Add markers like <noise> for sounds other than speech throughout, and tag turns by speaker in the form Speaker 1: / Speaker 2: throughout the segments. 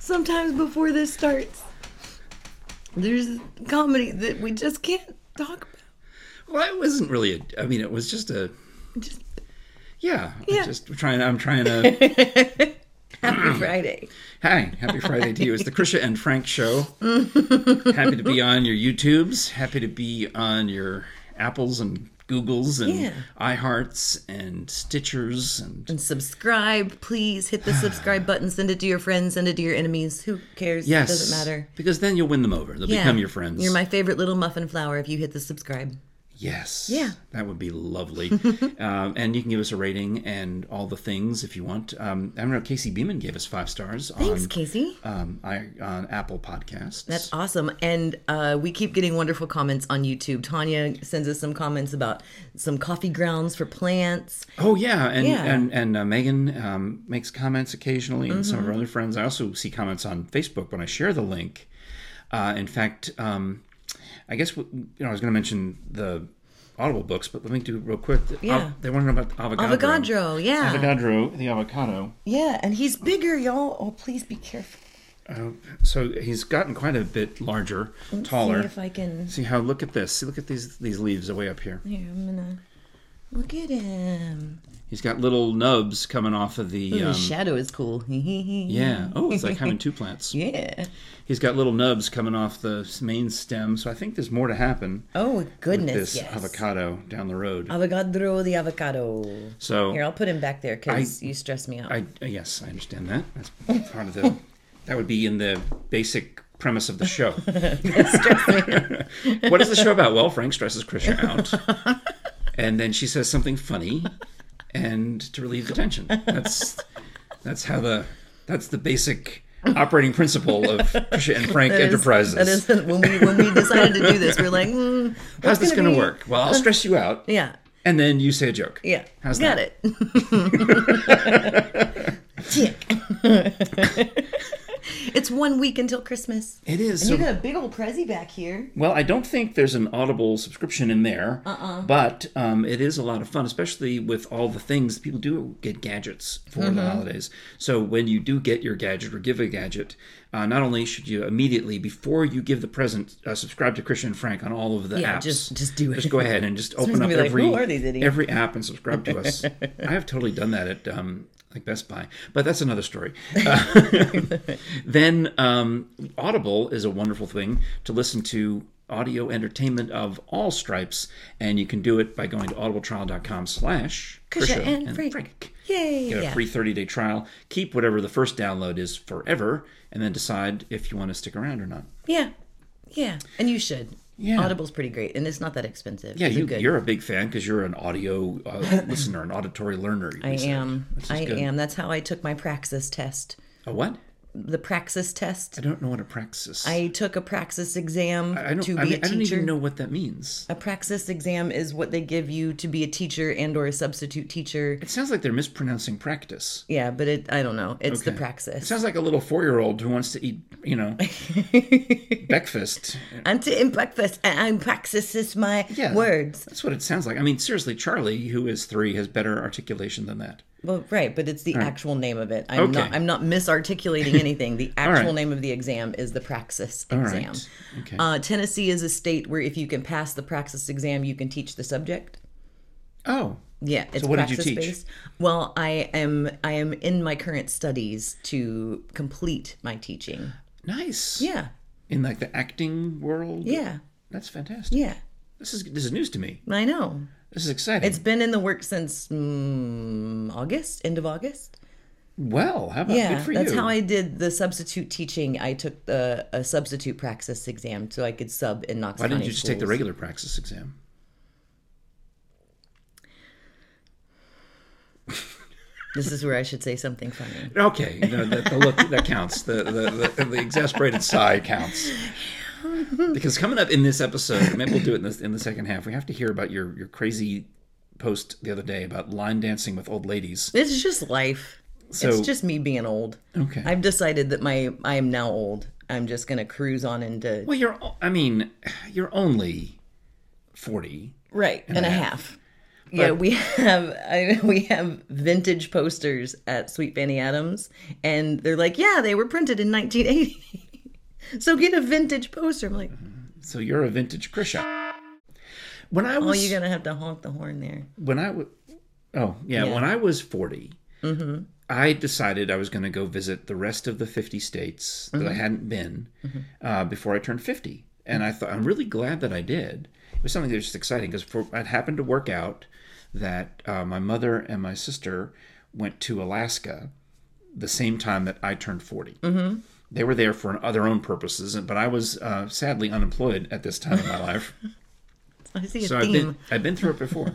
Speaker 1: sometimes before this starts, there's comedy that we just can't talk about.
Speaker 2: Well, it wasn't really. A, I mean, it was just a.
Speaker 1: Just
Speaker 2: Yeah, I
Speaker 1: Yeah.
Speaker 2: just trying. I'm
Speaker 1: <laughs>
Speaker 2: trying to. <clears throat>
Speaker 1: happy Friday.
Speaker 2: Hi, happy Friday to you. It's the Krisha and Frank show. happy to be on your YouTubes. Happy to be on your Apples and Googles and
Speaker 1: Yeah.
Speaker 2: iHearts and Stitchers and
Speaker 1: And subscribe, please. Hit the subscribe button. Send it to your friends. Send it to your enemies. Who cares?
Speaker 2: yes,
Speaker 1: It doesn't matter.
Speaker 2: because then you'll win them over. They'll
Speaker 1: Yeah.
Speaker 2: become your friends.
Speaker 1: You're my favorite little muffin flower if you hit the subscribe.
Speaker 2: Yes.
Speaker 1: Yeah.
Speaker 2: That would
Speaker 1: <laughs>
Speaker 2: be lovely. um, and you can give us a rating and all the things if you want. Um, I remember Casey Beeman gave us five stars
Speaker 1: Thanks,
Speaker 2: on
Speaker 1: Casey.
Speaker 2: um, I, on Apple Podcasts.
Speaker 1: That's awesome. And uh, we keep getting wonderful comments on YouTube. Tanya sends us some comments about some coffee grounds for plants.
Speaker 2: oh yeah, and
Speaker 1: Yeah.
Speaker 2: and and uh, Megan um, makes comments occasionally, and some of our
Speaker 1: Mm-hmm.
Speaker 2: other friends. I also see comments on Facebook when I share the link. Uh, in fact, um, I guess w- you know I was going to mention the Audible books, but let me do real quick.
Speaker 1: Yeah.
Speaker 2: they want to know about Avogadro.
Speaker 1: Avogadro, yeah.
Speaker 2: Avogadro, the avocado.
Speaker 1: Yeah, and he's bigger, y'all. Oh, please be careful.
Speaker 2: Uh, so he's gotten quite a bit larger, taller.
Speaker 1: See if I can.
Speaker 2: See how? Look at this. See, look at these these leaves way up here.
Speaker 1: Here, I'm gonna. Look at him.
Speaker 2: He's got little nubs coming off of the.
Speaker 1: His
Speaker 2: Um,
Speaker 1: shadow is cool. <laughs> yeah.
Speaker 2: yeah. Oh, it's like having
Speaker 1: <laughs>
Speaker 2: two plants.
Speaker 1: Yeah.
Speaker 2: He's got little nubs coming off the s- main stem. So I think there's more to happen
Speaker 1: Oh
Speaker 2: with
Speaker 1: goodness.
Speaker 2: this
Speaker 1: yes.
Speaker 2: avocado down the road.
Speaker 1: Avogadro the avocado.
Speaker 2: So
Speaker 1: Here, I'll put him back there because you stress me out.
Speaker 2: I uh, yes, I understand that. That's part
Speaker 1: <laughs>
Speaker 2: of the. That would be in the basic premise of the show. <laughs> what is the show about? Well, Frank stresses Krisha out,
Speaker 1: <laughs>
Speaker 2: and then she says something funny, and to relieve the tension. That's that's how the that's the basic operating principle
Speaker 1: <laughs>
Speaker 2: of Krisha and Frank
Speaker 1: That is-
Speaker 2: Enterprises.
Speaker 1: That is when we when we decided to do this. We're like,
Speaker 2: <laughs>
Speaker 1: mm,
Speaker 2: How's
Speaker 1: what's
Speaker 2: this going
Speaker 1: be-
Speaker 2: to work? Well, I'll stress you out,
Speaker 1: Yeah.
Speaker 2: and then you say a joke.
Speaker 1: Yeah.
Speaker 2: How's
Speaker 1: Got
Speaker 2: that?
Speaker 1: it.
Speaker 2: <laughs>
Speaker 1: Tick. <laughs> it's one week until Christmas.
Speaker 2: It is.
Speaker 1: You
Speaker 2: so-
Speaker 1: got a big old Prezi back here.
Speaker 2: Well, I don't think there's an Audible subscription in there,
Speaker 1: Uh-uh.
Speaker 2: but um, it is a lot of fun, especially with all the things people do get gadgets for
Speaker 1: Mm-hmm.
Speaker 2: the holidays. So when you do get your gadget or give a gadget, uh, not only should you immediately before you give the present uh, subscribe to Christian Frank on all of the
Speaker 1: Yeah,
Speaker 2: apps.
Speaker 1: just- just do it.
Speaker 2: Just go ahead
Speaker 1: <laughs>
Speaker 2: and just open up
Speaker 1: gonna be like,
Speaker 2: every
Speaker 1: "Who are these idiots?"
Speaker 2: every app and subscribe to
Speaker 1: <laughs>
Speaker 2: us. I have totally done that at. Um, like Best Buy, but that's another story. Then um, Audible is a wonderful thing to listen to audio entertainment of all stripes, and you can do it by going to audibletrial.com slash
Speaker 1: Krisha
Speaker 2: Krisha
Speaker 1: and Frank. Yay.
Speaker 2: Get a
Speaker 1: Yeah.
Speaker 2: free 30-day trial. Keep whatever the first download is forever, and then decide if you want to stick around or not.
Speaker 1: Yeah. Yeah. And you should.
Speaker 2: Yeah.
Speaker 1: Audible's pretty great and it's not that expensive.
Speaker 2: Yeah,
Speaker 1: so
Speaker 2: you,
Speaker 1: good.
Speaker 2: you're a big fan because you're an audio
Speaker 1: <laughs>
Speaker 2: uh, listener, an auditory learner.
Speaker 1: I am. I
Speaker 2: good.
Speaker 1: am. That's how I took my Praxis test.
Speaker 2: A what?
Speaker 1: The Praxis test.
Speaker 2: I don't know what a praxis.
Speaker 1: I took a Praxis exam
Speaker 2: I don't.
Speaker 1: to be
Speaker 2: I, mean,
Speaker 1: a
Speaker 2: I don't
Speaker 1: teacher.
Speaker 2: even know what that means.
Speaker 1: A praxis exam is what they give you to be a teacher and or a substitute teacher.
Speaker 2: It sounds like they're mispronouncing practice.
Speaker 1: Yeah, but it I don't know. It's the
Speaker 2: Okay. It
Speaker 1: praxis.
Speaker 2: sounds like a little four year old who wants to eat,
Speaker 1: <laughs>
Speaker 2: you know, breakfast.
Speaker 1: I'm to in breakfast and I'm praxis is my
Speaker 2: Yeah.
Speaker 1: words.
Speaker 2: That's what it sounds like. I mean, seriously, Charlie, who is three, has better articulation than that.
Speaker 1: Well, right, but it's the actual name of it. I'm
Speaker 2: Okay.
Speaker 1: not I'm not misarticulating
Speaker 2: <laughs>
Speaker 1: anything. The actual
Speaker 2: right.
Speaker 1: name of the exam is the praxis
Speaker 2: All
Speaker 1: exam.
Speaker 2: right. Okay.
Speaker 1: Uh, Tennessee is a state where if you can pass the praxis exam, you can teach the subject.
Speaker 2: oh,
Speaker 1: Yeah, it's
Speaker 2: what did you teach?
Speaker 1: praxis-based. Well, I am I am in my current studies to complete my teaching.
Speaker 2: nice.
Speaker 1: Yeah.
Speaker 2: In like the acting world.
Speaker 1: Yeah.
Speaker 2: That's fantastic.
Speaker 1: Yeah,
Speaker 2: This is this is news to me.
Speaker 1: I know.
Speaker 2: This is exciting.
Speaker 1: It's been in the works since mm, August, end of August.
Speaker 2: well, how about
Speaker 1: Yeah,
Speaker 2: good for
Speaker 1: that's
Speaker 2: you?
Speaker 1: how I did the substitute teaching. I took the a substitute praxis exam so I could sub in Knox
Speaker 2: Why
Speaker 1: County
Speaker 2: didn't you just take the
Speaker 1: schools.
Speaker 2: regular praxis exam?
Speaker 1: This is where I should say something funny.
Speaker 2: Okay, no, the, the look that counts. The, the the the exasperated sigh counts. Because coming up in this episode, maybe we'll do it in the in the second half. We have to hear about your your crazy post the other day about line dancing with old ladies.
Speaker 1: It's just life.
Speaker 2: So-
Speaker 1: it's just me being old.
Speaker 2: Okay.
Speaker 1: I've decided that my I am now old. I'm just gonna cruise on into
Speaker 2: well, you're o- I mean, you're only forty.
Speaker 1: right and a half. yeah, we <laughs> have I, we have vintage posters at Sweet Fanny Adams, and they're like, yeah, they were printed in 1980. <laughs> so get a vintage poster. I'm like,
Speaker 2: So you're a vintage Krisha. When I
Speaker 1: oh,
Speaker 2: was
Speaker 1: you're gonna have to honk the horn there.
Speaker 2: when I was oh yeah, Mm-hmm. when I was 40 I decided I was going to go visit the rest of the fifty states that I hadn't been uh, before I turned fifty, and I thought I'm really glad that I did. It was something that was just exciting because I'd happened to work out that uh, my mother and my sister went to Alaska the same time that I turned 40 Mm-hmm. They were there for other own purposes, but I was uh, sadly unemployed at this time in <laughs> my life.
Speaker 1: I see a
Speaker 2: So I've
Speaker 1: theme.
Speaker 2: been I've been through
Speaker 1: <laughs>
Speaker 2: it before.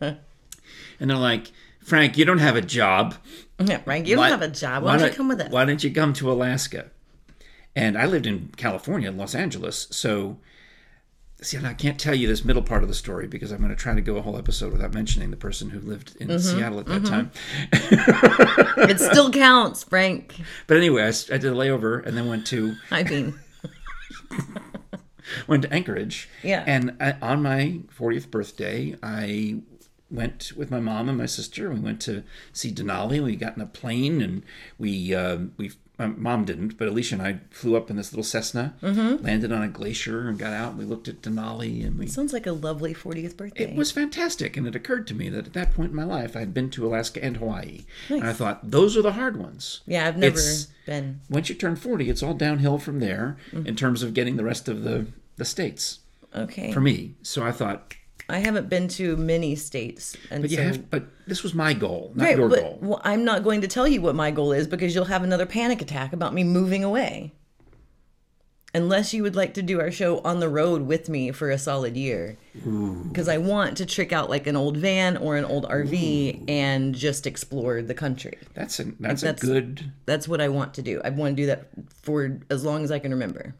Speaker 2: and they're like, Frank, you don't have a job.
Speaker 1: Yeah, Frank, you don't have a job. Why, don't you come with us?
Speaker 2: Why don't you come to Alaska? And I lived in California, Los Angeles, so see, and I can't tell you this middle part of the story because I'm going to try to go a whole episode without mentioning the person who lived in
Speaker 1: Mm-hmm.
Speaker 2: Seattle at that time.
Speaker 1: it still counts, Frank.
Speaker 2: But anyway, I, s- I did a layover and then went to
Speaker 1: I mean,
Speaker 2: went to Anchorage.
Speaker 1: Yeah.
Speaker 2: And I, on my 40th birthday, I went with my mom and my sister. We went to see Denali. We got in a plane and we uh, we my mom didn't, but Alicia and I flew up in this little Cessna, landed on a glacier and got out. and We looked at Denali and
Speaker 1: <laughs>
Speaker 2: we
Speaker 1: sounds like a lovely 40th birthday.
Speaker 2: it was fantastic, and it occurred to me that at that point in my life, I'd been to Alaska and Hawaii, and I thought those are the hard ones.
Speaker 1: yeah, I've never
Speaker 2: It's-
Speaker 1: been.
Speaker 2: Once you turn forty, it's all downhill from there in terms of getting the rest of the the states
Speaker 1: Okay,
Speaker 2: for me. So I thought,
Speaker 1: I haven't been to many states, and
Speaker 2: but you
Speaker 1: so
Speaker 2: have, but this was my goal, not
Speaker 1: Right,
Speaker 2: your
Speaker 1: but
Speaker 2: goal.
Speaker 1: well, I'm not going to tell you what my goal is because you'll have another panic attack about me moving away. Unless you would like to do our show on the road with me for a solid year. Because I want to trick out like an old van or an old RV and just explore the country.
Speaker 2: That's a that's,
Speaker 1: that's-
Speaker 2: a good.
Speaker 1: That's what I want to do. I want to do that for as long as I can remember.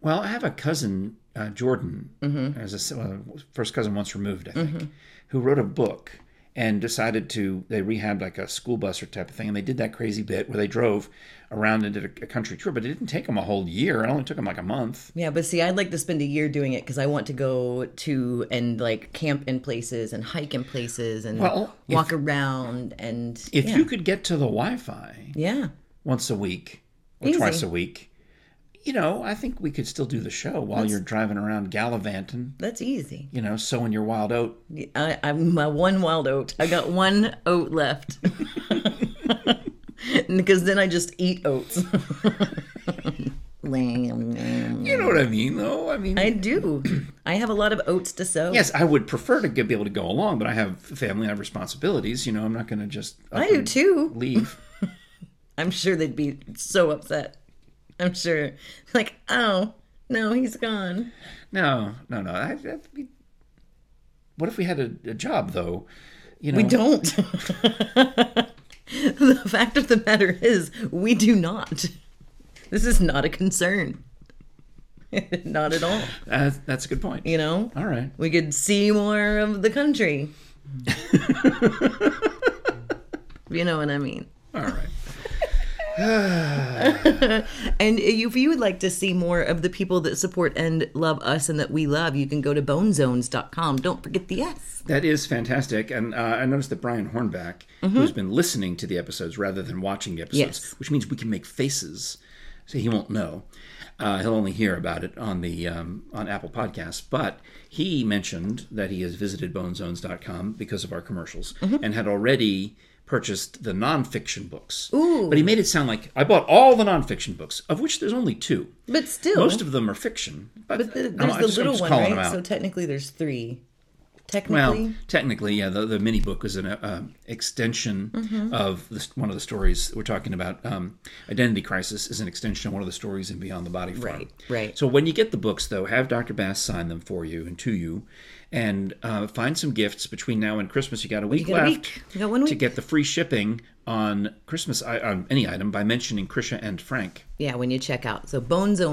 Speaker 2: Well, I have a cousin, uh, Jordan,
Speaker 1: Mm-hmm.
Speaker 2: as a s- uh, first cousin once removed, I think, who wrote a book and decided to they rehabbed like a school bus or type of thing, and they did that crazy bit where they drove around and did a, a country tour, but it didn't take them a whole year. It only took them like a month.
Speaker 1: Yeah, but see, I'd like to spend a year doing it because I want to go to and like camp in places and hike in places and
Speaker 2: Well, if-
Speaker 1: walk around and
Speaker 2: If
Speaker 1: yeah.
Speaker 2: you could get to the Wi-Fi
Speaker 1: yeah.
Speaker 2: once a week or
Speaker 1: Easy.
Speaker 2: twice a week. You know, I think we could still do the show while you're driving around gallivanting.
Speaker 1: That's easy.
Speaker 2: you know, sowing your wild oat.
Speaker 1: I, I'm my one wild oat. I got one oat left. <laughs> because then I just eat oats. <laughs> I
Speaker 2: You know what I mean, though. I mean,
Speaker 1: do. I have a lot of oats to sow.
Speaker 2: yes, I would prefer to get, be able to go along, but I have family, I have responsibilities. You know, I'm not going to just up
Speaker 1: I do
Speaker 2: and
Speaker 1: too.
Speaker 2: leave.
Speaker 1: I'm sure they'd be so upset. I'm sure. Like, oh, no, he's gone.
Speaker 2: No, no, no. I, I, we- what if we had a, a job though? You know,
Speaker 1: We don't. <laughs> the fact of the matter is, we do not. This is not a concern. <laughs> not at all.
Speaker 2: Uh, that's a good point.
Speaker 1: You know?
Speaker 2: All right.
Speaker 1: We could see more of the country. <laughs> you know what I mean.
Speaker 2: All right.
Speaker 1: And if you would like to see more of the people that support and love us and that we love, you can go to bonezones.com. Don't forget the S.
Speaker 2: That is fantastic. And uh, I noticed that Brian Hornback, who's been listening to the episodes rather than watching the episodes,
Speaker 1: Mm-hmm. Yes.
Speaker 2: which means we can make faces, so he won't know. Uh, he'll only hear about it on the um, on Apple Podcasts. But he mentioned that he has visited bonezones.com because of our commercials
Speaker 1: Mm-hmm.
Speaker 2: and had already purchased the nonfiction books. Ooh. But he made it sound like I bought all the nonfiction books, of which there's only two.
Speaker 1: But still,
Speaker 2: Most of them are fiction. But,
Speaker 1: but the,
Speaker 2: I'm-
Speaker 1: there's
Speaker 2: I'm
Speaker 1: the
Speaker 2: just- I'm
Speaker 1: little
Speaker 2: just
Speaker 1: one,
Speaker 2: calling them
Speaker 1: right?
Speaker 2: out.
Speaker 1: So technically, there's three. Technically,
Speaker 2: Well, technically, yeah, the, the mini book was an uh, um, extension
Speaker 1: Mm-hmm.
Speaker 2: of the, one of the stories we're talking about. Um, Identity Crisis is an extension of one of the stories in Beyond the Body Farm.
Speaker 1: Right, right.
Speaker 2: So when you get the books, though, have Dr. Bass sign them for you and to you, and uh, find some gifts between now and Christmas. You got a week
Speaker 1: got a
Speaker 2: left
Speaker 1: week. You got one
Speaker 2: to
Speaker 1: week.
Speaker 2: get the free shipping on Christmas i- on any item by mentioning Krisha and Frank.
Speaker 1: yeah, when you check out. So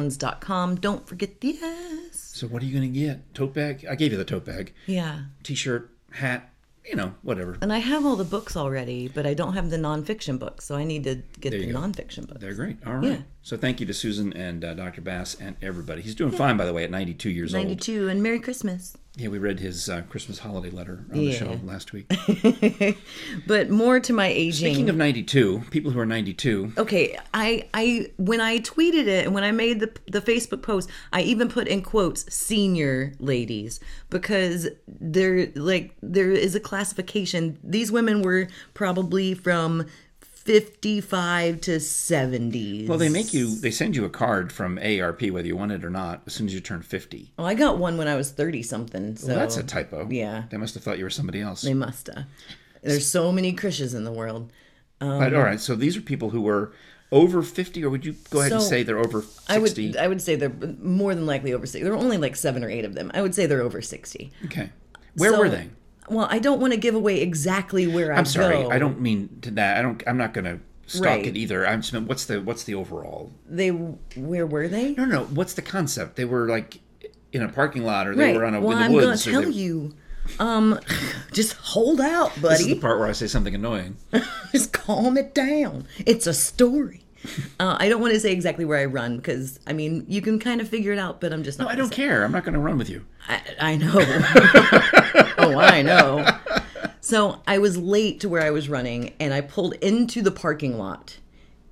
Speaker 1: bonezones.com. Don't forget the S.
Speaker 2: So what are you going to get? Tote bag? I gave you the tote bag,
Speaker 1: Yeah.
Speaker 2: t-shirt, hat, you know, whatever.
Speaker 1: And I have all the books already, but I don't have the nonfiction books, so I need to get the
Speaker 2: you go.
Speaker 1: nonfiction books.
Speaker 2: They're great. All right.
Speaker 1: Yeah.
Speaker 2: So thank you to Susan and uh, Dr. Bass and everybody. He's doing fine, by the way, at 92 years old.
Speaker 1: 92 and Merry Christmas.
Speaker 2: Yeah, we read his uh, Christmas holiday letter on the
Speaker 1: Yeah.
Speaker 2: show
Speaker 1: <laughs>
Speaker 2: last week.
Speaker 1: But more to my aging.
Speaker 2: Speaking of 92, people who are 92,
Speaker 1: okay, I I when I tweeted it and when I made the the Facebook post, I even put in quotes senior ladies because there like there is a classification. These women were probably from 55 to 70.
Speaker 2: well, they make you, they send you a card from ARP, whether you want it or not, as soon as you turn 50.
Speaker 1: Oh, I got one when I was 30 something. So
Speaker 2: Well, that's a typo.
Speaker 1: Oh, yeah.
Speaker 2: They must have thought you were somebody else.
Speaker 1: They musta. There's so many Krishes in the world.
Speaker 2: but all right, so these are people who were over 50, or would you go ahead and
Speaker 1: So,
Speaker 2: say they're over 60?
Speaker 1: I would uh, I would say they're more than likely over 60. There were only like 7 or 8 of them. I would say they're over 60.
Speaker 2: okay. Where
Speaker 1: So-
Speaker 2: were they?
Speaker 1: Well, I don't want to give away exactly where I
Speaker 2: I'm sorry.
Speaker 1: go.
Speaker 2: I don't mean to that. I don't, I'm not going to stalk
Speaker 1: Right.
Speaker 2: it either. I'm just, what's the, what's the overall?
Speaker 1: They where were they?
Speaker 2: No, no, what's the concept? They were like in a parking lot or they
Speaker 1: right.
Speaker 2: were on a,
Speaker 1: well,
Speaker 2: in the
Speaker 1: I'm
Speaker 2: woods. or
Speaker 1: gonna
Speaker 2: they-
Speaker 1: tell you. Um, <sighs> just hold out,
Speaker 2: This is the
Speaker 1: buddy.
Speaker 2: part where I say something annoying.
Speaker 1: <laughs> just calm it down. It's a story. Uh, I don't want to say exactly where I run because I mean you can kind of figure it out, but I'm just not.
Speaker 2: I
Speaker 1: gonna
Speaker 2: don't care. I'm not going to run with you.
Speaker 1: I, I know. <laughs> oh, I know. So I was late to where I was running, and I pulled into the parking lot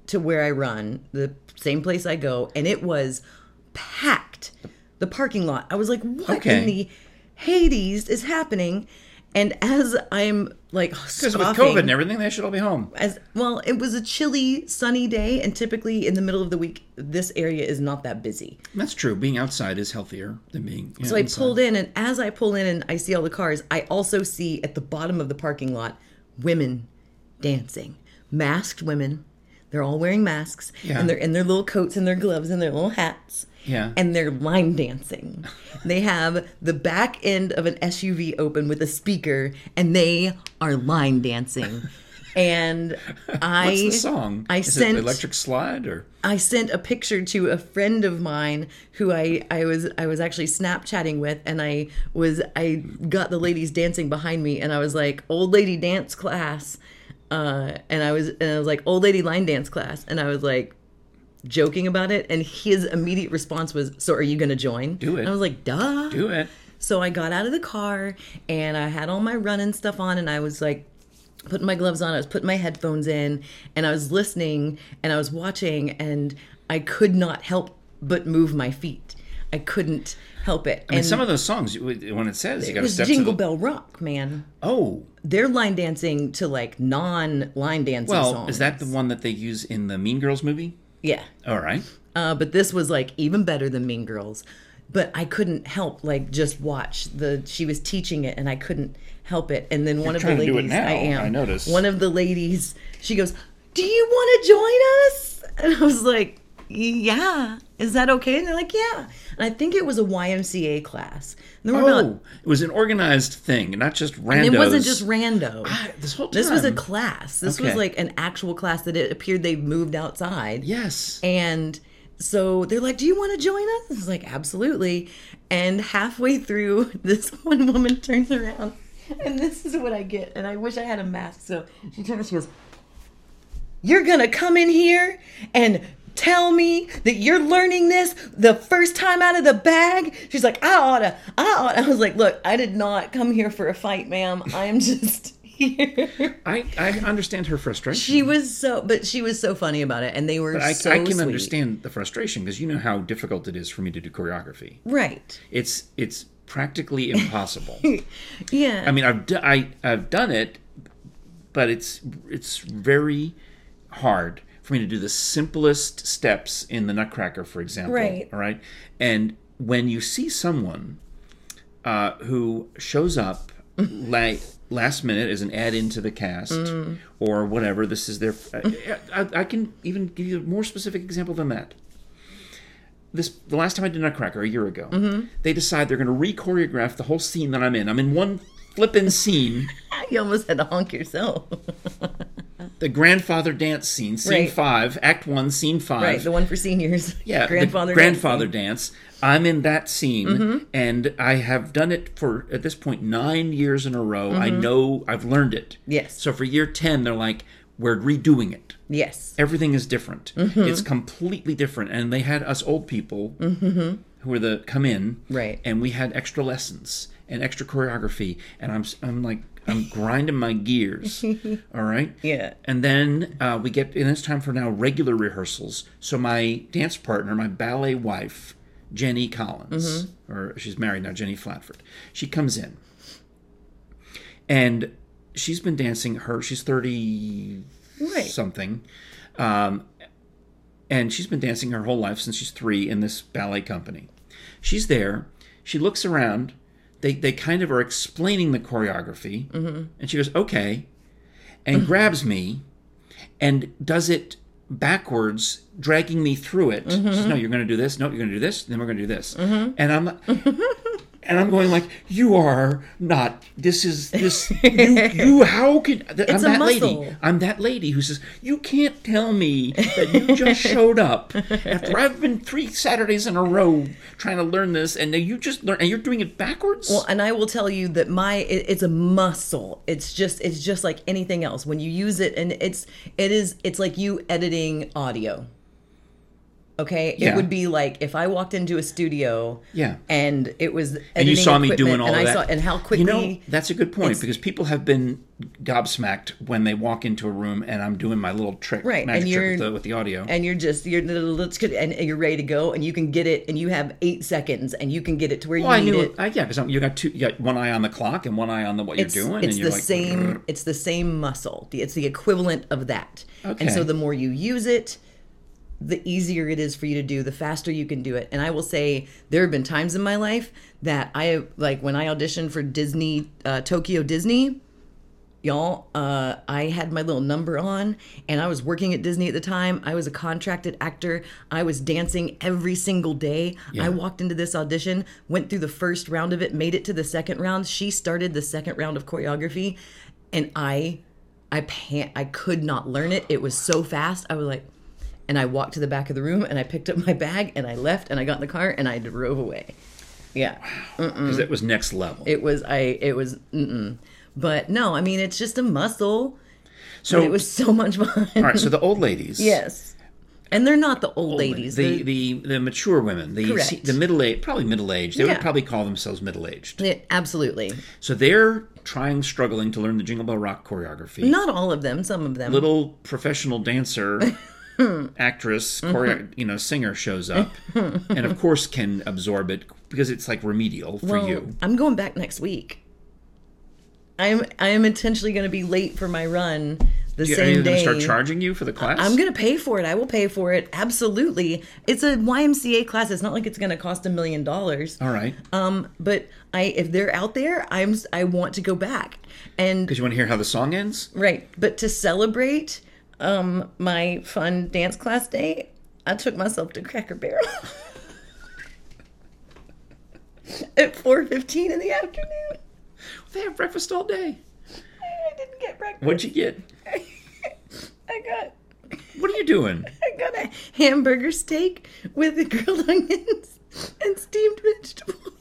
Speaker 1: to where I run, the same place I go, and it was packed. The parking lot. I was like, "What
Speaker 2: Okay.
Speaker 1: in the Hades is happening?" And as I'm like,
Speaker 2: Because with
Speaker 1: scoffing-
Speaker 2: COVID and everything, they should all be home.
Speaker 1: as well it was a chilly sunny day and typically in the middle of the week this area is not that busy
Speaker 2: That's true. Being outside is healthier than being.
Speaker 1: So I pulled in, and as I pull in and I see all the cars, I also see at the bottom of the parking lot women dancing, masked women. They're all wearing masks,
Speaker 2: Yeah.
Speaker 1: and they're in their little coats and their gloves and their little hats.
Speaker 2: Yeah.
Speaker 1: And they're line
Speaker 2: <laughs>
Speaker 1: dancing. they have the back end of an SUV open with a speaker, and they are line
Speaker 2: <laughs>
Speaker 1: dancing. And I
Speaker 2: What's the song?
Speaker 1: I
Speaker 2: Is
Speaker 1: sent
Speaker 2: it Electric Slide or
Speaker 1: I sent a picture to a friend of mine who I, I was I was actually Snapchatting with, and I was I got the ladies dancing behind me, and I was like old lady dance class, uh, and I was and I was like old lady line dance class, and I was like joking about it, and his immediate response was, "So are you gonna join?"
Speaker 2: Do it.
Speaker 1: And I was like, "Duh."
Speaker 2: do it?
Speaker 1: So I got out of the car and I had all my running stuff on and I was like putting my gloves on, I was putting my headphones in and I was listening and I was watching and I could not help but move my feet. I couldn't help it.
Speaker 2: And
Speaker 1: and
Speaker 2: some of those songs, you- when it says you
Speaker 1: it
Speaker 2: got to
Speaker 1: was
Speaker 2: step
Speaker 1: Jingle
Speaker 2: to the,
Speaker 1: Bell Rock, man.
Speaker 2: Oh,
Speaker 1: They're line dancing to like non line dancing
Speaker 2: well,
Speaker 1: songs.
Speaker 2: is that the one that they use in the Mean Girls movie?
Speaker 1: Yeah.
Speaker 2: All right.
Speaker 1: Uh, but this was like even better than Mean Girls. But I couldn't help like just watch the. She was teaching it, and I couldn't help it. And then one of
Speaker 2: trying
Speaker 1: the
Speaker 2: to do it
Speaker 1: ladies,
Speaker 2: now,
Speaker 1: I am.
Speaker 2: I noticed.
Speaker 1: One of the ladies, she goes, "Do you want to join us?" And I was like, "Yeah, is that okay?" And they're like, "Yeah." And I think it was a YMCA class. And there were
Speaker 2: Oh,
Speaker 1: about.
Speaker 2: it was an organized thing, not just random.
Speaker 1: And it wasn't just rando.
Speaker 2: this whole time.
Speaker 1: this was a class. This was
Speaker 2: Ah, Okay.
Speaker 1: like an actual class that it appeared they moved outside.
Speaker 2: yes.
Speaker 1: And so they're like, Do you want to join us? I was like, Absolutely. And halfway through, <laughs> this one woman turns around, and this is what I get. And I wish I had a mask. So she turns, she goes, You're going to come in here and tell me that you're learning this the first time out of the bag she's like i oughta i oughta i was like look i did not come here for a fight ma'am i'm <laughs> just here
Speaker 2: I, I understand her frustration.
Speaker 1: she was so but she was so funny about it and they were
Speaker 2: I,
Speaker 1: so
Speaker 2: I can
Speaker 1: sweet.
Speaker 2: understand the frustration because you know how difficult it is for me to do choreography.
Speaker 1: right
Speaker 2: It's it's
Speaker 1: <laughs>
Speaker 2: practically impossible.
Speaker 1: Yeah.
Speaker 2: I mean, I've do, I, I've done it, but it's it's very hard for me to do the simplest steps in the Nutcracker, for example.
Speaker 1: Right.
Speaker 2: All right. And when you see someone uh, who shows up like last minute as an add-in to the cast or whatever, this is their. I, I, I can even give you a more specific example than that this the last time I did Nutcracker a year ago, they decide they're going to re-choreograph the whole scene that I'm in. I'm in one flippin' scene,
Speaker 1: <laughs> you almost had to honk
Speaker 2: <laughs>
Speaker 1: yourself.
Speaker 2: the grandfather dance scene, scene
Speaker 1: Right.
Speaker 2: five, act one, scene five.
Speaker 1: right, the one for seniors.
Speaker 2: <laughs> yeah,
Speaker 1: grandfather. Mm-hmm.
Speaker 2: the grandfather dance. I'm in that scene, and I have done it for at this point nine years in a row. I know I've learned it.
Speaker 1: Mm-hmm. Yes.
Speaker 2: So for year ten, they're like, we're redoing it.
Speaker 1: Yes. Mm-hmm.
Speaker 2: everything is different. It's completely different. And they had us old people who were the come in,
Speaker 1: Mm-hmm. Right.
Speaker 2: And we had extra lessons and extra choreography, and I'm s- I'm like I'm grinding my
Speaker 1: <laughs>
Speaker 2: gears, all right.
Speaker 1: Yeah.
Speaker 2: And then uh, we get and it's time for now regular rehearsals. So my dance partner, my ballet wife, Jenny Collins, or she's married now, Jenny Flatford. She comes in, and she's been dancing her. She's thirty
Speaker 1: Right.
Speaker 2: something. Um, and she's been dancing her whole life since she's three in this ballet company. She's there. She looks around. They, they kind of are explaining the choreography.
Speaker 1: Mm-hmm.
Speaker 2: And she goes, okay. And grabs me and does it backwards, dragging me through it. She
Speaker 1: Mm-hmm.
Speaker 2: says, no, you're going to do this. No, you're going to do this. Then we're going to do this. And
Speaker 1: <laughs>
Speaker 2: I'm. and I'm going like, you are not. This
Speaker 1: <laughs>
Speaker 2: is this. You, you how can th- I'm
Speaker 1: It's a
Speaker 2: that lady.
Speaker 1: muscle.
Speaker 2: I'm that lady who says you can't tell me that
Speaker 1: <laughs>
Speaker 2: you just showed up after I've been three Saturdays in a row trying to learn this, and now you just learn and you're doing it backwards.
Speaker 1: Well, and I will tell you that my it, it's a muscle. It's just it's just like anything else. When you use it, and it's it is it's like you editing audio. Okay,
Speaker 2: Yeah.
Speaker 1: it would be like if I walked into a studio.
Speaker 2: Yeah.
Speaker 1: and it was editing
Speaker 2: and you saw me doing
Speaker 1: equipment,
Speaker 2: all
Speaker 1: and
Speaker 2: of
Speaker 1: I
Speaker 2: that.
Speaker 1: saw, and how quickly
Speaker 2: You know, that's a good point because people have been gobsmacked when they walk into a room and I'm doing my little trick,
Speaker 1: Right, and
Speaker 2: magic trick with
Speaker 1: you're-
Speaker 2: the, with the audio.
Speaker 1: and you're just you're let's get and you're ready to go, and you can get it, and you have eight seconds, and you can get it to where
Speaker 2: well, I
Speaker 1: you need
Speaker 2: knew,
Speaker 1: it.
Speaker 2: I, yeah, because you got two, you got one eye on the clock and one eye on the what
Speaker 1: it's,
Speaker 2: you're doing,
Speaker 1: it's
Speaker 2: and
Speaker 1: the
Speaker 2: you're like,
Speaker 1: same it's the same muscle The- it's the equivalent of that and
Speaker 2: Okay.
Speaker 1: so the more you use it the easier it is for you to do the faster you can do it and i will say there have been times in my life that i like when i auditioned for disney uh, tokyo disney y'all uh, i had my little number on and i was working at disney at the time i was a contracted actor i was dancing every single day i walked into this audition went through the first round of it made it to the second round she started the second round of choreography and i i pan- i could not learn it it was so fast i was like and i walked to the back of the room and i picked up my bag and i left and i got in the car and i drove away yeah
Speaker 2: because it was next level.
Speaker 1: mm. it was i it was mm-mm. but no i mean it's just a muscle
Speaker 2: so
Speaker 1: it was so much fun.
Speaker 2: all right. So the old
Speaker 1: <laughs>
Speaker 2: ladies,
Speaker 1: Yes. And they're not the old, ladies.
Speaker 2: the,
Speaker 1: They're-
Speaker 2: the the mature women, the
Speaker 1: Correct.
Speaker 2: se- the middle age, probably middle aged. They would
Speaker 1: Yeah.
Speaker 2: probably call themselves middle aged.
Speaker 1: they- absolutely.
Speaker 2: So they're trying, struggling to learn the Jingle Bell Rock choreography.
Speaker 1: Not all of them, some of them.
Speaker 2: Little professional dancer.
Speaker 1: <laughs>
Speaker 2: actress choreo-
Speaker 1: Mm-hmm.
Speaker 2: you know singer
Speaker 1: <laughs>
Speaker 2: shows up and of course can absorb it because it's like remedial for
Speaker 1: Well,
Speaker 2: you
Speaker 1: I'm going back next week. I'm I am intentionally going to be late for my run the
Speaker 2: Yeah, are
Speaker 1: same
Speaker 2: you
Speaker 1: day.
Speaker 2: going to start charging you for the class
Speaker 1: I'm going to pay for it. I will pay for it. Absolutely. It's a YMCA class. It's not like it's going to cost a million dollars.
Speaker 2: all right
Speaker 1: Um but I if they're out there, I'm s- I want to go back. And
Speaker 2: Because you want to hear how the song ends?
Speaker 1: Right. But to celebrate um my fun dance class day, I took myself to Cracker Barrel <laughs> at 4:15 in the afternoon.
Speaker 2: They have breakfast all day.
Speaker 1: I didn't get breakfast.
Speaker 2: What'd you get?
Speaker 1: I got
Speaker 2: What are you doing?
Speaker 1: I got a hamburger steak with the grilled <laughs> onions and steamed vegetables.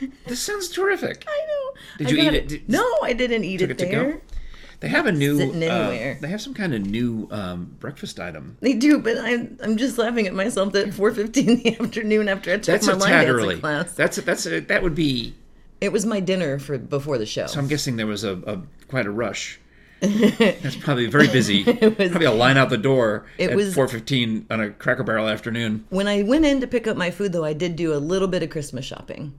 Speaker 1: <laughs>
Speaker 2: This sounds terrific.
Speaker 1: I know.
Speaker 2: Did
Speaker 1: I
Speaker 2: you eat
Speaker 1: got
Speaker 2: it? Did-
Speaker 1: no, I didn't eat it,
Speaker 2: it to go?
Speaker 1: there.
Speaker 2: They have a new.
Speaker 1: Sitting
Speaker 2: uh,
Speaker 1: anywhere.
Speaker 2: they have some kind of new um, breakfast item.
Speaker 1: They do, but I'm I'm just laughing at myself that 4:15 in the <laughs> afternoon after I took
Speaker 2: That's
Speaker 1: my
Speaker 2: a
Speaker 1: line
Speaker 2: tad
Speaker 1: dancing
Speaker 2: early.
Speaker 1: class.
Speaker 2: That's a, that's a, that would be.
Speaker 1: It was my dinner for before the show.
Speaker 2: So I'm guessing there was a, a quite a
Speaker 1: <laughs>
Speaker 2: rush. That's probably very busy. probably a line out the door
Speaker 1: It
Speaker 2: at
Speaker 1: was-
Speaker 2: 4:15 on a Cracker Barrel afternoon.
Speaker 1: when I went in to pick up my food, though, I did do a little bit of Christmas shopping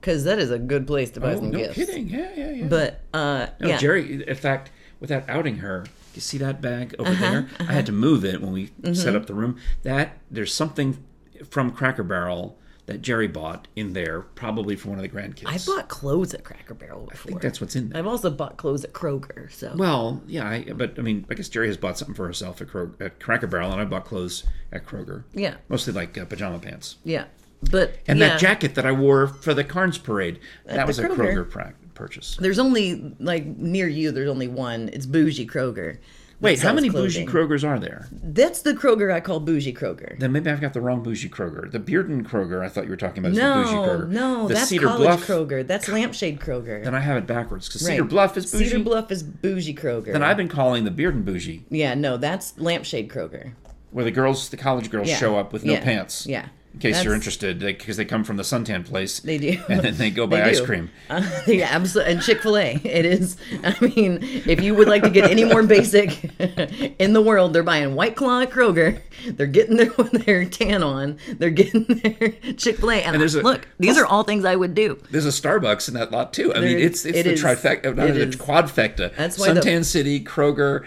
Speaker 1: because that is a good place to buy
Speaker 2: Oh,
Speaker 1: some
Speaker 2: no
Speaker 1: gifts.
Speaker 2: kidding. Yeah, yeah, yeah.
Speaker 1: But uh,
Speaker 2: No,
Speaker 1: yeah,
Speaker 2: Jerry, in fact, without outing her, you see that bag over
Speaker 1: Uh-huh,
Speaker 2: there? I had to move it when we
Speaker 1: Mm-hmm.
Speaker 2: set up the room. That there's something from Cracker Barrel that Jerry bought in there, probably for one of the grandkids.
Speaker 1: I bought clothes at Cracker Barrel
Speaker 2: I think
Speaker 1: before.
Speaker 2: that's what's in there.
Speaker 1: I've also bought clothes at Kroger. So
Speaker 2: Well, yeah, I, but I mean, I guess Jerry has bought something for herself at, Kroger, at Cracker Barrel, and I bought clothes at Kroger.
Speaker 1: Yeah.
Speaker 2: mostly like uh, pajama pants.
Speaker 1: yeah, but
Speaker 2: And
Speaker 1: yeah,
Speaker 2: that jacket that I wore for the Carnes parade, that was a
Speaker 1: Kroger.
Speaker 2: Kroger prac- purchase.
Speaker 1: there's only like near you. There's only one. It's bougie Kroger. that
Speaker 2: Wait, how
Speaker 1: sells
Speaker 2: many
Speaker 1: clothing.
Speaker 2: bougie Krogers are there?
Speaker 1: That's the Kroger I call bougie Kroger.
Speaker 2: Then maybe I've got the wrong bougie Kroger. The Bearden Kroger I thought you were talking about is the bougie
Speaker 1: No,
Speaker 2: Kroger.
Speaker 1: no,
Speaker 2: the
Speaker 1: that's College Kroger. That's Lampshade Kroger.
Speaker 2: Then I have it backwards because Cedar
Speaker 1: Right.
Speaker 2: Bluff is bougie.
Speaker 1: Cedar Bluff is bougie Kroger.
Speaker 2: Then I've been calling the Bearden bougie,
Speaker 1: Yeah, no, that's lampshade Kroger.
Speaker 2: where the girls, the college girls,
Speaker 1: Yeah.
Speaker 2: show up with no
Speaker 1: Yeah.
Speaker 2: pants.
Speaker 1: Yeah.
Speaker 2: in case you're
Speaker 1: That's-
Speaker 2: interested, because they come from the suntan place.
Speaker 1: They do.
Speaker 2: <laughs> and then they go buy
Speaker 1: They
Speaker 2: ice
Speaker 1: do.
Speaker 2: cream.
Speaker 1: Uh, <laughs> yeah, absolutely. And Chick Fil A, it is. I mean, if you would like to get any more basic <laughs> in the world, they're buying White Claw at Kroger. They're getting their <laughs> their tan on. They're getting <laughs> their Chick Fil A. And,
Speaker 2: there's a-
Speaker 1: look, these are all things I would do.
Speaker 2: There's a Starbucks in that lot too. I mean,
Speaker 1: There-
Speaker 2: it's it's
Speaker 1: it
Speaker 2: the
Speaker 1: is.
Speaker 2: trifecta, not
Speaker 1: It
Speaker 2: the
Speaker 1: is.
Speaker 2: quadfecta.
Speaker 1: That's why the- Mm.
Speaker 2: Suntan City, Kroger,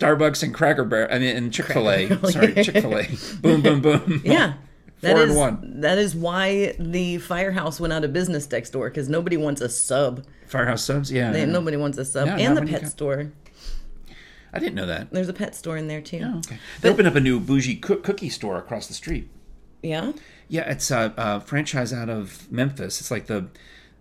Speaker 2: Starbucks, and Cracker Barrel. I mean, and Chick
Speaker 1: <laughs>
Speaker 2: Fil A. Sorry, Chick Fil A. boom, boom, boom.
Speaker 1: Yeah. that
Speaker 2: Four in
Speaker 1: is-
Speaker 2: one.
Speaker 1: That is why the firehouse went out of business next door because nobody wants a sub.
Speaker 2: Firehouse subs. Yeah.
Speaker 1: They- Nobody wants a sub.
Speaker 2: No, not
Speaker 1: and the
Speaker 2: when you
Speaker 1: pet
Speaker 2: go-
Speaker 1: store.
Speaker 2: I didn't know that.
Speaker 1: There's a pet store in there too.
Speaker 2: Oh, okay. They opened up a new bougie cook- cookie store across the street.
Speaker 1: Yeah.
Speaker 2: Yeah, it's a, a franchise out of Memphis. It's like the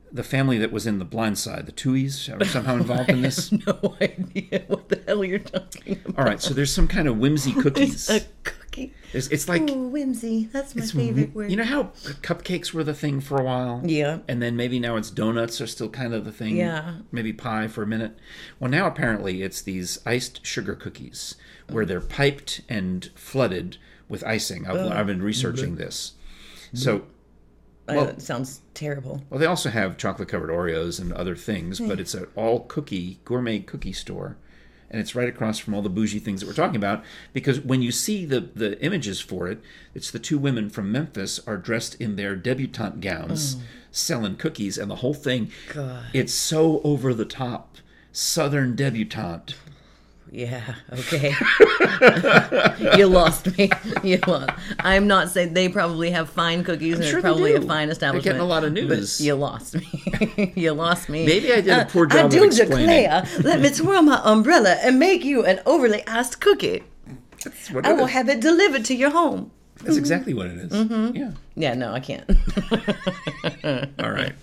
Speaker 2: the family that was in The Blind Side. The Tuies are somehow
Speaker 1: <laughs>
Speaker 2: involved in this. <laughs>
Speaker 1: No idea what the hell you're talking about.
Speaker 2: All right, so there's some kind
Speaker 1: <laughs>
Speaker 2: of whimsy cookies.
Speaker 1: A cookie.
Speaker 2: There's, it's like
Speaker 1: Ooh, whimsy. That's my
Speaker 2: It's
Speaker 1: favorite
Speaker 2: weird.
Speaker 1: word.
Speaker 2: You know how c- cupcakes were the thing for a while?
Speaker 1: Yeah.
Speaker 2: And then maybe now it's donuts are still kind of the thing.
Speaker 1: Yeah.
Speaker 2: Maybe pie for a minute. Well, now apparently it's these iced sugar cookies where they're piped and flooded with icing. I've,
Speaker 1: Oh.
Speaker 2: I've been researching
Speaker 1: Mm-hmm.
Speaker 2: this. So,
Speaker 1: I-
Speaker 2: well-
Speaker 1: that Uh, sounds terrible.
Speaker 2: well, they also have chocolate covered Oreos and other things, but it's an all cookie, gourmet cookie store. And it's right across from all the bougie things that we're talking about. Because when you see the, the images for it, it's the two women from Memphis are dressed in their debutante gowns, selling cookies, and the whole thing.
Speaker 1: Oh. God.
Speaker 2: It's so over the top. Southern debutante.
Speaker 1: Yeah.
Speaker 2: <laughs>
Speaker 1: Okay. you lost me. You lost. I'm not saying they probably have fine cookies and they're
Speaker 2: sure they
Speaker 1: probably a
Speaker 2: do.
Speaker 1: fine
Speaker 2: They're
Speaker 1: establishment.
Speaker 2: getting a lot of
Speaker 1: but
Speaker 2: news.
Speaker 1: You lost me. <laughs> you lost me.
Speaker 2: Maybe I did a
Speaker 1: Uh,
Speaker 2: poor job
Speaker 1: I
Speaker 2: of
Speaker 1: do
Speaker 2: explaining.
Speaker 1: declare. let me twirl my umbrella and make you an overly iced cookie.
Speaker 2: That's what
Speaker 1: I
Speaker 2: it
Speaker 1: will
Speaker 2: is.
Speaker 1: have it delivered to Mm-hmm. your home.
Speaker 2: That's exactly what it is. Yeah.
Speaker 1: Yeah. No, I can't. <laughs>
Speaker 2: All right.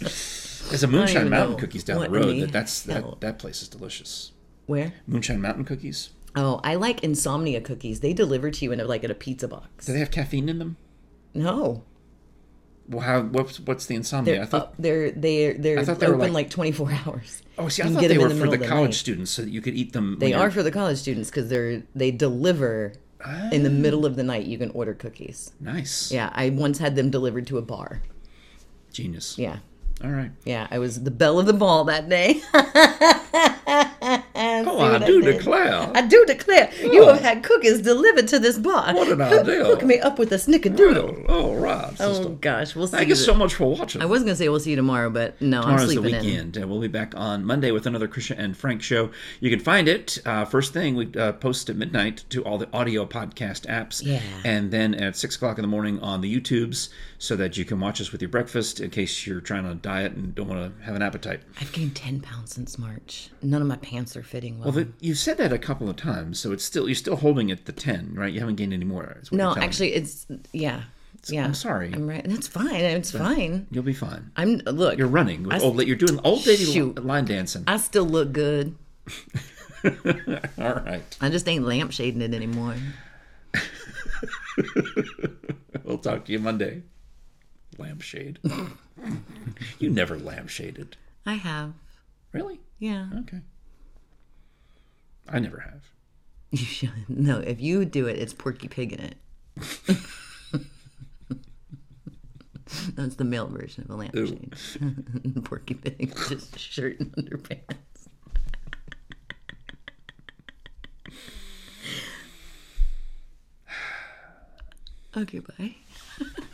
Speaker 2: There's a Moonshine
Speaker 1: even
Speaker 2: Mountain
Speaker 1: know.
Speaker 2: cookies down
Speaker 1: What
Speaker 2: the
Speaker 1: in
Speaker 2: road.
Speaker 1: the
Speaker 2: that, that's
Speaker 1: hell?
Speaker 2: that, that place is delicious.
Speaker 1: Where?
Speaker 2: Moonshine Mountain cookies.
Speaker 1: Oh, I like insomnia cookies. They deliver to you in a, like in a pizza box.
Speaker 2: Do they have caffeine in them?
Speaker 1: No.
Speaker 2: Well, how what's what's the insomnia?
Speaker 1: They're
Speaker 2: I thought.
Speaker 1: up, Uh, they're they're they're
Speaker 2: I thought they were
Speaker 1: open
Speaker 2: like-
Speaker 1: like, 24 hours.
Speaker 2: oh, see,
Speaker 1: You
Speaker 2: I
Speaker 1: can
Speaker 2: thought
Speaker 1: get
Speaker 2: they
Speaker 1: them in
Speaker 2: were
Speaker 1: the
Speaker 2: for the
Speaker 1: middle of the
Speaker 2: college
Speaker 1: night.
Speaker 2: students so that you could eat them.
Speaker 1: They are for the college students because they're they deliver in the middle of the night. You can order cookies.
Speaker 2: ah, nice.
Speaker 1: Yeah, I once had them delivered to a bar.
Speaker 2: Genius.
Speaker 1: Yeah,
Speaker 2: All right.
Speaker 1: yeah, I was the belle of the ball that day. <laughs>
Speaker 2: Oh,
Speaker 1: what
Speaker 2: I
Speaker 1: I
Speaker 2: do
Speaker 1: did?
Speaker 2: declare.
Speaker 1: I do declare, you
Speaker 2: Oh.
Speaker 1: have had cookies delivered to this bar.
Speaker 2: What an
Speaker 1: <laughs> Hook-
Speaker 2: idea.
Speaker 1: Hook me up with a snickerdoodle.
Speaker 2: Oh, all right.
Speaker 1: Oh
Speaker 2: sister.
Speaker 1: gosh, we'll see.
Speaker 2: Thank you
Speaker 1: th-
Speaker 2: so much for watching.
Speaker 1: I was gonna say we'll see you tomorrow, but no, I'm
Speaker 2: Tomorrow's the
Speaker 1: sleeping in.
Speaker 2: weekend. and we'll be back on Monday with another Krisha and Frank show. You can find it uh, first thing we uh, post at midnight to all the audio podcast apps,
Speaker 1: Yeah.
Speaker 2: and then at six o'clock in the morning on the YouTubes, so that you can watch us with your breakfast in case you're trying to diet and don't want to have an appetite.
Speaker 1: I've gained ten pounds since March. None of my pants are fitting well.
Speaker 2: But you've said that a couple of times, so it's still you're still holding at the ten, right? You haven't gained any more. is what you're
Speaker 1: No,
Speaker 2: telling me.
Speaker 1: actually, it's yeah, yeah.
Speaker 2: I'm sorry.
Speaker 1: I'm right. That's fine. It's fine.
Speaker 2: you'll be fine.
Speaker 1: I'm look.
Speaker 2: You're running with old lady. You're doing old lady li-
Speaker 1: Shoot.
Speaker 2: line dancing.
Speaker 1: I still look good.
Speaker 2: All right, <laughs>
Speaker 1: I just ain't lampshading it anymore.
Speaker 2: we'll talk to you Monday. Lampshade. <laughs> you never lampshaded,
Speaker 1: I have.
Speaker 2: really?
Speaker 1: Yeah.
Speaker 2: Okay. I never have.
Speaker 1: <laughs> You should. No, if you do it, it's Porky Pig in it. <laughs> That's the male version of a lampshade. <laughs> Porky Pig, just a shirt and underpants. okay, bye.